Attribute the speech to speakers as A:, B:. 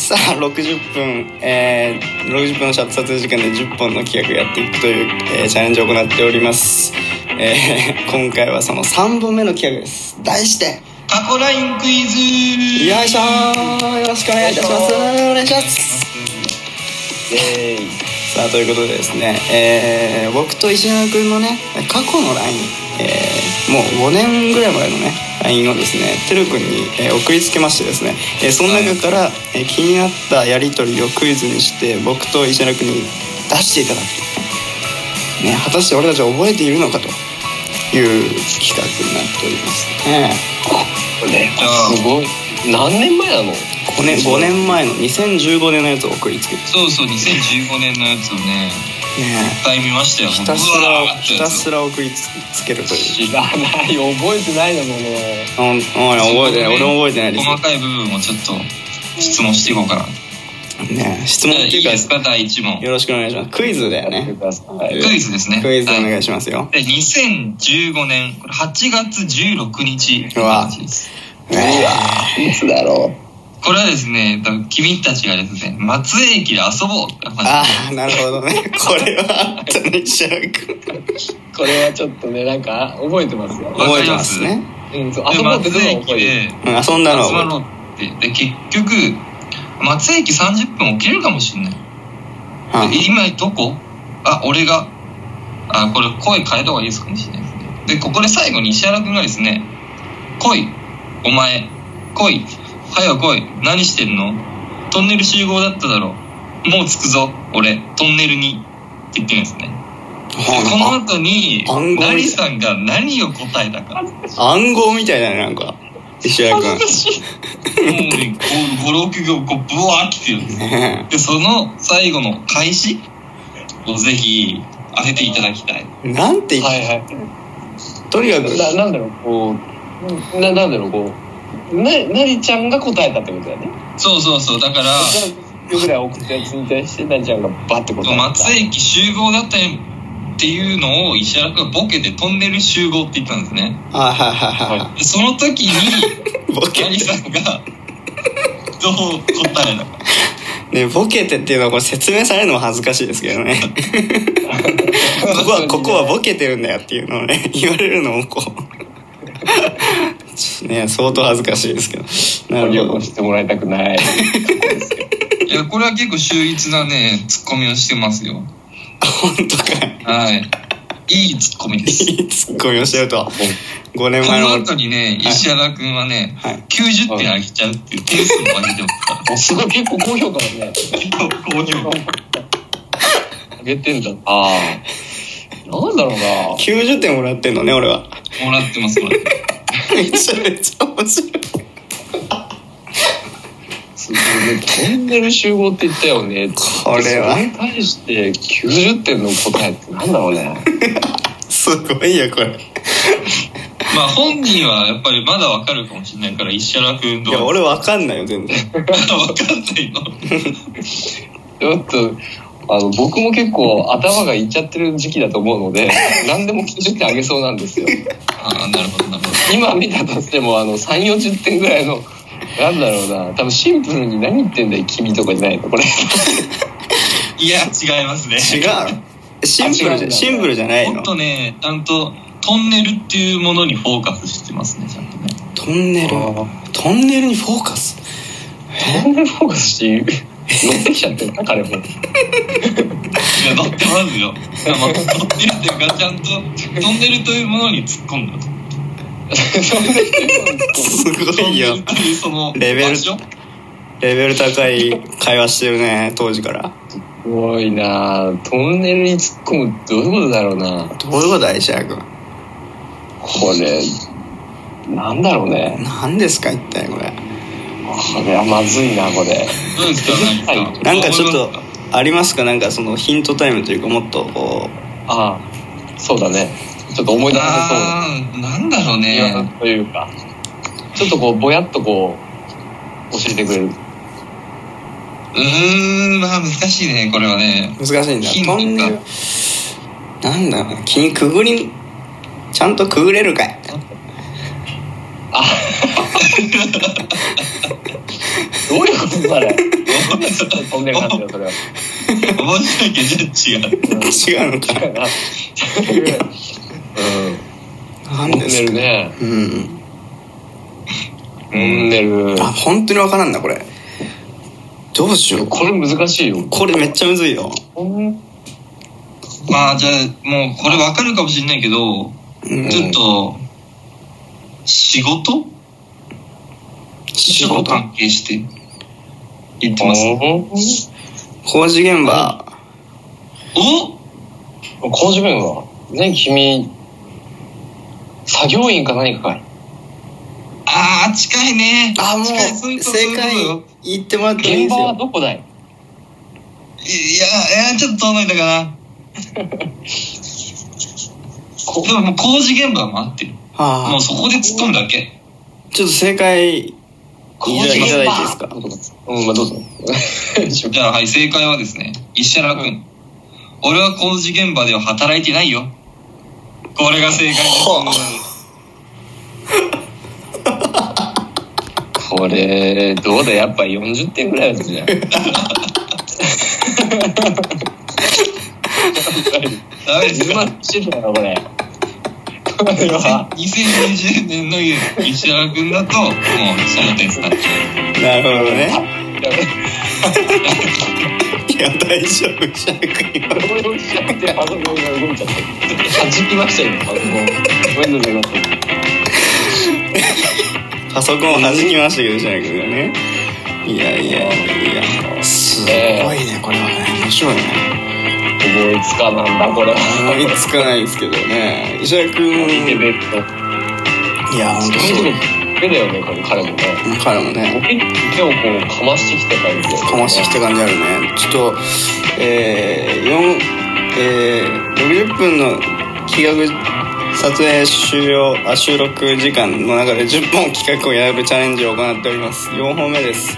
A: 60分、えー、60分の撮影時間で10本の企画やっていくという、えーチャレンジを行っております、えー今回はその3本目の企画です題して
B: 過去ラインクイズ
A: よいしょーよろしくお願いいたしますお願いします
C: え
A: さあということでですね、えー僕と石原君のね過去の LINE、えーもう5年ぐらい前のね LINE をですねてる君に、えー送りつけましてですね、えーその中から、えー気になったやり取りをクイズにして僕と石原君に出していただくと、ね、果たして俺たちは覚えているのかという企画になっておりますね
C: これすごい何年前なの
A: 5年 ,5 年前の2015年のやつを送りつけて
B: そうそう2015年のやつをね
A: ね
B: 一回見ましたよ
A: ひたす
B: うわ
A: ら
B: ーっ
A: ひ
B: てや
A: た
B: つ
A: すら送りつつけるという
C: 知らない覚えてないなも
A: あほんほ
C: の
A: ん覚えてない俺も覚えてないです
B: 細かい部分をちょっと質問していこうかな
A: ね質問
B: じゃあ
A: っ
B: い
A: てい
B: いう
A: か
B: ですか第1問
A: よろしくお願いしますクイズだよね
B: クイズですね
A: クイズお
B: は
A: 願
B: い
A: いしますよ、
B: で2015年これ8月16日
A: うわうわ
C: いつだろ
B: これはですね多分君たちがですね松江駅で遊ぼうって
A: あ
B: 話
A: あなるほどねこれはあったね石原君
C: うこれはちょっとねなんか覚えてますよ、
A: 覚えてますね
C: うん、そう
B: で
C: 遊ぼうっ
B: 松
C: て
B: 江
C: で
B: 駅
C: も覚えて
B: で
A: うん遊んだのは
B: 集ま
A: 覚
B: ろうってで結局松江駅30分起きるかもしんない
A: えてる
B: 今どこあ俺があこれ声変えた方がいいですかもしれないですねでここで最後に石原君がですね「来いお前来い早く来い何してんのトンネル集合だっただろもう着くぞ俺トンネルに」って言ってるんですねでこの
A: うん
B: 後に
A: 暗号
B: 成さんが何を答えたかも
A: 暗号みたいだねなんか石原君
B: うね56行こうブワーって来てるんです
A: ね
B: でその最後の開始をぜひ当てていただきたい
A: えなんて言っ
C: はいはい
A: とにかく
C: ななんだろうこうななんだろうこうななりちゃんが答えたってことだよね
B: そうそうそうだから
C: じゃあぐらい送ったやつに対してなりちゃんがバッて答
B: そう
C: えた
B: 松江駅集合だったよっていうのを石原君がボケてトンネル集合って言ったんですね
A: はいはいはいは
B: でその時に
A: い ボケ
B: 成さんがどう答えたか
A: ねボケてっていうのはこれ説明されるのも恥ずかしいですけ どねここはここはボケてるんだよっていうのをね 言われるのもこうちょっとね相当恥ずかしいですけどなる
C: り
A: ほど
C: してもらいたくない
B: いやこれは結構秀逸なねツッコミをしてますよ
A: 本当かい
B: はいいいツッコミ です
A: いいツッコミをしてると5年
B: こ
A: 前の
B: の
A: 俺
B: 後にね
A: はい
B: 石原君はね、
A: はい
B: 90点上げちゃうっていう点数を上げてます から
C: おすごい結構高評価だ ね
B: 結構好評
C: あげてんだああなんだろうな
A: 90点もらってんのね俺は
B: もらってますもらっ てます
A: めちゃめちゃ面白い
C: すごいねトンネル集合って言ったよね
A: これは
C: それに対して90点の答えってなんだろうね
A: すごいよこれ
B: まあ本人はやっぱりまだわかるかもしれないから石原君
A: い
B: どう
A: や俺わかんないよ全然
B: まだわかんないの
C: ちょっとあの僕も結構頭がいっちゃってる時期だと思うの で何でも90点あげそうなんですよ
B: ああなるほどなるほど
C: 今見たとしてもあの3 4 0点ぐらいのなんだろうな多分シンプルに「何言ってんだよ君」とかじゃないのこれ
B: いや違いますね
A: 違うシンプル
C: あ違う
A: じゃ
C: んだ
A: シンプルじゃない
B: も
A: の
B: っとねちゃんとトンネルっていうものにフォーカスしてますねちゃんとね
A: トンネルトンネルにフォーカス
C: トンネルフォーカスして乗ってきちゃってるな彼も
B: いや乗ってますよいやまあ乗ってるっていうかちゃんとトンネルというものに突っ込んだと
C: そんな人
A: すご
B: トン
A: い
B: ネ
A: よ
B: ルというその
A: レベル
B: 場所
A: レベル高い会話してるね当時から
C: すごいなトンネルに突っ込むどういうことだろうな
A: どういうことだ石原君
C: これなんだろうね
A: 何ですか一体これ
C: これはまずいなこれ
B: どうですか何か
C: は
A: な
C: い
A: んかちょっ
B: どう
A: と
B: 思いますか
A: ありますかなんかそのヒントタイムというかもっとこ
C: ああそうだねちょっと思い出せそうだ
B: あーなんだろう
C: 言わ
B: ね
C: なというかちょっとこうぼやっとこう教えてくれる
B: うーんまあ難しいねこれはね
A: う難しいんだ
B: ヒント
A: ト
B: か
A: ンネルなんだろうな気にくぐりんちゃんとくぐれるかい
C: ああどういうことそれ飛んでる感じだよそれは
B: 面白いけど違う。
C: うん
A: 違うのか
C: 違うな
A: な
C: う
A: ん
C: ん飛ん
A: です
C: で
A: か
C: るね
A: うん
C: 飛んでる
A: あ本当にわからんなこれどうしよう
C: これ難しいよ
A: これめっちゃむずいよ
C: 飛ん
B: まあじゃあもうこれわかるかもしれないけど、
A: うん
B: ちょっと、仕事ち
A: 仕
B: ょっと
A: 事
B: 関係して言ってます。
A: 工事現場
B: お
C: 工事部員は何君作業員か何かかい
B: ああ、近いね。
A: あも
B: 近いそういうことそう
A: 正
B: いうこと
A: 解
B: よ
A: 言ってもらっていいで
C: 現
A: す
C: 場は
A: よ
C: どこだい
B: いや、いや、ちょっと遠のいたかな。
C: こ
B: でももう工事現場もあってる。も
A: あ
B: う
A: あ
B: そこで突っ込むだけ。
A: ちょっと正解
C: 工
A: いただ
C: 事
A: い
C: 現
A: ていいで
C: 場
A: すか
C: うんまあどうぞ
B: じゃあ、はい、正解はですね、石原くん。俺は工事現場では働いてないよ。これが正解です。
C: これどうだやっぱ40点ぐらいあるじゃん
B: ダメです
C: 充
B: か
C: 満してたよこれこれは
B: 2020年の石原くんだと、もうその点使って。
A: なるほどね いや大丈夫石原君
C: これをしちゃってパソコンが動いちゃってはじきましたよパソコンごめんなさいごめんなさい
A: パソコンを弾きましたけど石原君がねいやいやいやすごいねこれはね面白いね
C: 思いつかなんだこれ
A: 思いつかないですけどね石原君
C: イケ
A: い
C: ベンと
A: や本当そう
C: イケベだよねこれ彼もね
A: 彼もね
C: 手をこうかましてきた感じ
A: かましてきた感じあるねちょっとえー、4えー、60分の企画撮影終了あ収録時間の中で10本企画をやるチャレンジを行っております4本目です